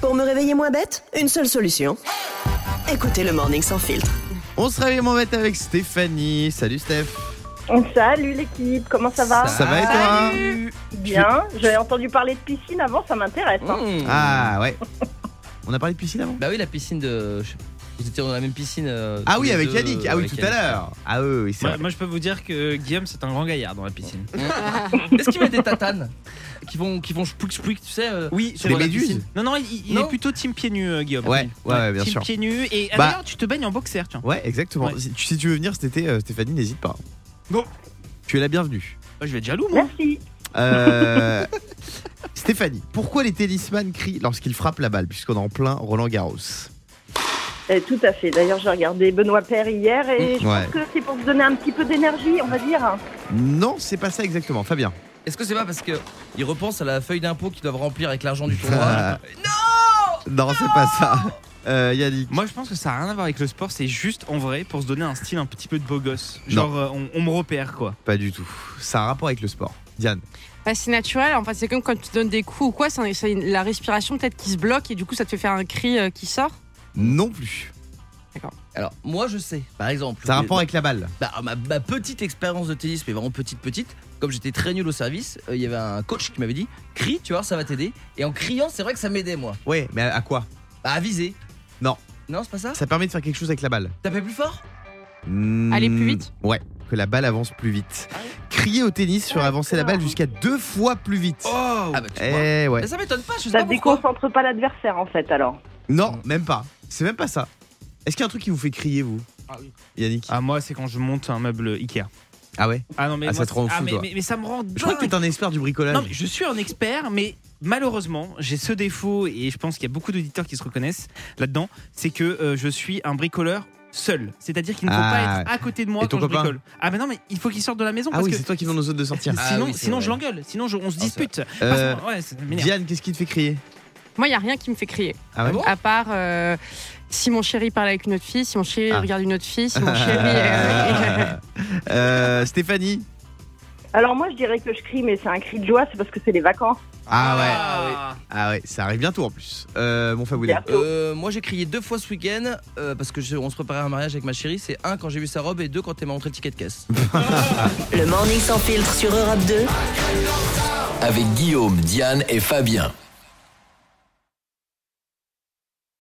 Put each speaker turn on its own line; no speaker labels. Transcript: Pour me réveiller moins bête, une seule solution. Écoutez le Morning sans filtre.
On se réveille mon bête avec Stéphanie. Salut Steph.
Salut l'équipe, comment ça va Ah,
Ça va et toi
Bien, j'avais entendu parler de piscine avant, ça m'intéresse. hein.
Mmh.
Ah ouais. On a parlé de piscine avant
Bah oui, la piscine de. je sais pas, Vous étiez dans la même piscine. euh,
Ah
tous
oui,
les
avec
deux,
Yannick.
euh,
Ah oui,
avec
tout à
Yannick.
l'heure. Ah oui, oui, c'est
Moi,
vrai.
moi, je peux vous dire que Guillaume, c'est un grand gaillard dans la piscine.
Est-ce qu'il met des tatanes qui vont, qui vont chpouic chpouic, tu sais euh,
Oui,
Les méduses
Non, non, il, il
Non.
est plutôt team pieds nus, euh, Guillaume.
Ouais, ouais, ouais, bien
team
sûr.
pieds nus. Et ah,
Bah-
d'ailleurs, tu te baignes en boxer, tiens.
Ouais, exactement.
Ouais.
Si, tu, si tu veux venir cet été, euh, Stéphanie, n'hésite pas.
Bon.
Tu es la bienvenue.
Oh, je vais être jaloux, moi.
Merci.
Euh, Stéphanie, pourquoi les tennisman crient lorsqu'ils frappent la balle Puisqu'on est en plein Roland Garros.
Eh, tout à fait, d'ailleurs j'ai regardé Benoît Père hier et je
Mmh. Ouais.
pense que c'est pour vous donner un petit peu d'énergie, on va dire.
Non, c'est pas ça exactement. Fabien.
Est-ce que c'est pas parce que ils repensent à la feuille d'impôt qu'ils doivent remplir avec l'argent du tournoi
Euh, non, c'est pas ça. Euh, Yannick.
Moi, je pense que ça a rien à voir avec le sport. C'est juste, en vrai, pour se donner un style un petit peu de beau gosse. Genre, euh, on, on me repère, quoi.
Pas du tout. Ça a un rapport avec le sport. Diane.
Bah, c'est naturel. En fait, c'est comme quand tu donnes des coups ou quoi. C'est c'est une- la respiration peut-être qui se bloque et du coup, ça te fait faire un cri euh, qui sort.
Non plus.
Alors moi je sais, par exemple.
Ça a un
mais-
rapport avec la balle.
bah, ma, ma petite expérience de tennis, mais vraiment petite petite. Comme j'étais très nul au service, euh, il y avait un coach qui m'avait dit crie, tu vois, ça va t'aider. Et en criant, c'est vrai que ça m'aidait moi.
Ouais, mais à à quoi
Bah, à viser.
Non.
Non, c'est pas ça.
Ça permet de faire quelque chose avec la balle.
Taper plus fort.
Aller
Mm,
plus vite
Ouais, que la balle avance plus vite. Crier au tennis sur avancer la balle jusqu'à deux fois plus vite.
Oh
Ah bah tu vois.
Eh ouais.
Mais ça m'étonne pas. Je sais
Ça
pas pourquoi.
déconcentre pas l'adversaire en fait alors.
Non, même pas. C'est même pas ça. Est-ce qu'il y a un truc qui vous fait crier, vous
Ah oui.
Yannick
Ah, moi, c'est quand je monte un meuble Ikea.
Ah ouais
Ah non, mais
Ah, ça
moi,
te rend
c'est-
fou,
mais,
toi.
mais- mais ça me rend
Je crois que
dingue.
t'es un expert du bricolage.
Ah. Non, mais je suis un expert, mais malheureusement, j'ai ce défaut, et je pense qu'il y a beaucoup d'auditeurs qui se reconnaissent là-dedans, c'est que euh, je suis un bricoleur seul. C'est-à-dire qu'il ne faut
Ah.
pas être à côté de moi
Et ton
quand je
copain
bricole. Ah ben non, mais il faut qu'il sorte de la maison
ah
parce
oui,
que
c'est toi qui demande aux autres de sortir.
Ah
sinon,
oui, c'est
sinon
vrai.
je l'engueule, sinon je- on se
Ah, c'est
dispute.
Euh,
Parce- ouais, ça m'énerve.
Diane, qu'est-ce qui te fait crier
Moi, il n'y a rien qui me fait crier.
Ah ouais
bon
À part euh, si mon chéri parle avec une autre fille, si mon chéri
Ah.
regarde une autre fille, si mon chéri. euh,
Euh, Stéphanie
Alors moi je dirais que je crie mais c'est un cri de joie, c'est parce que c'est les vacances.
Ah ouais.
Ah,
Ah ouais, ça arrive bientôt en plus. Euh, mon faboulet.
Bientôt.
Euh, moi j'ai crié deux fois ce week-end euh, parce que je- on se préparait à un mariage avec ma chérie. C'est un quand j'ai vu sa robe et deux quand elle m'a montré le ticket de caisse.
Le Morning sans filtre sur Europe 2.
Avec Guillaume, Diane et Fabien.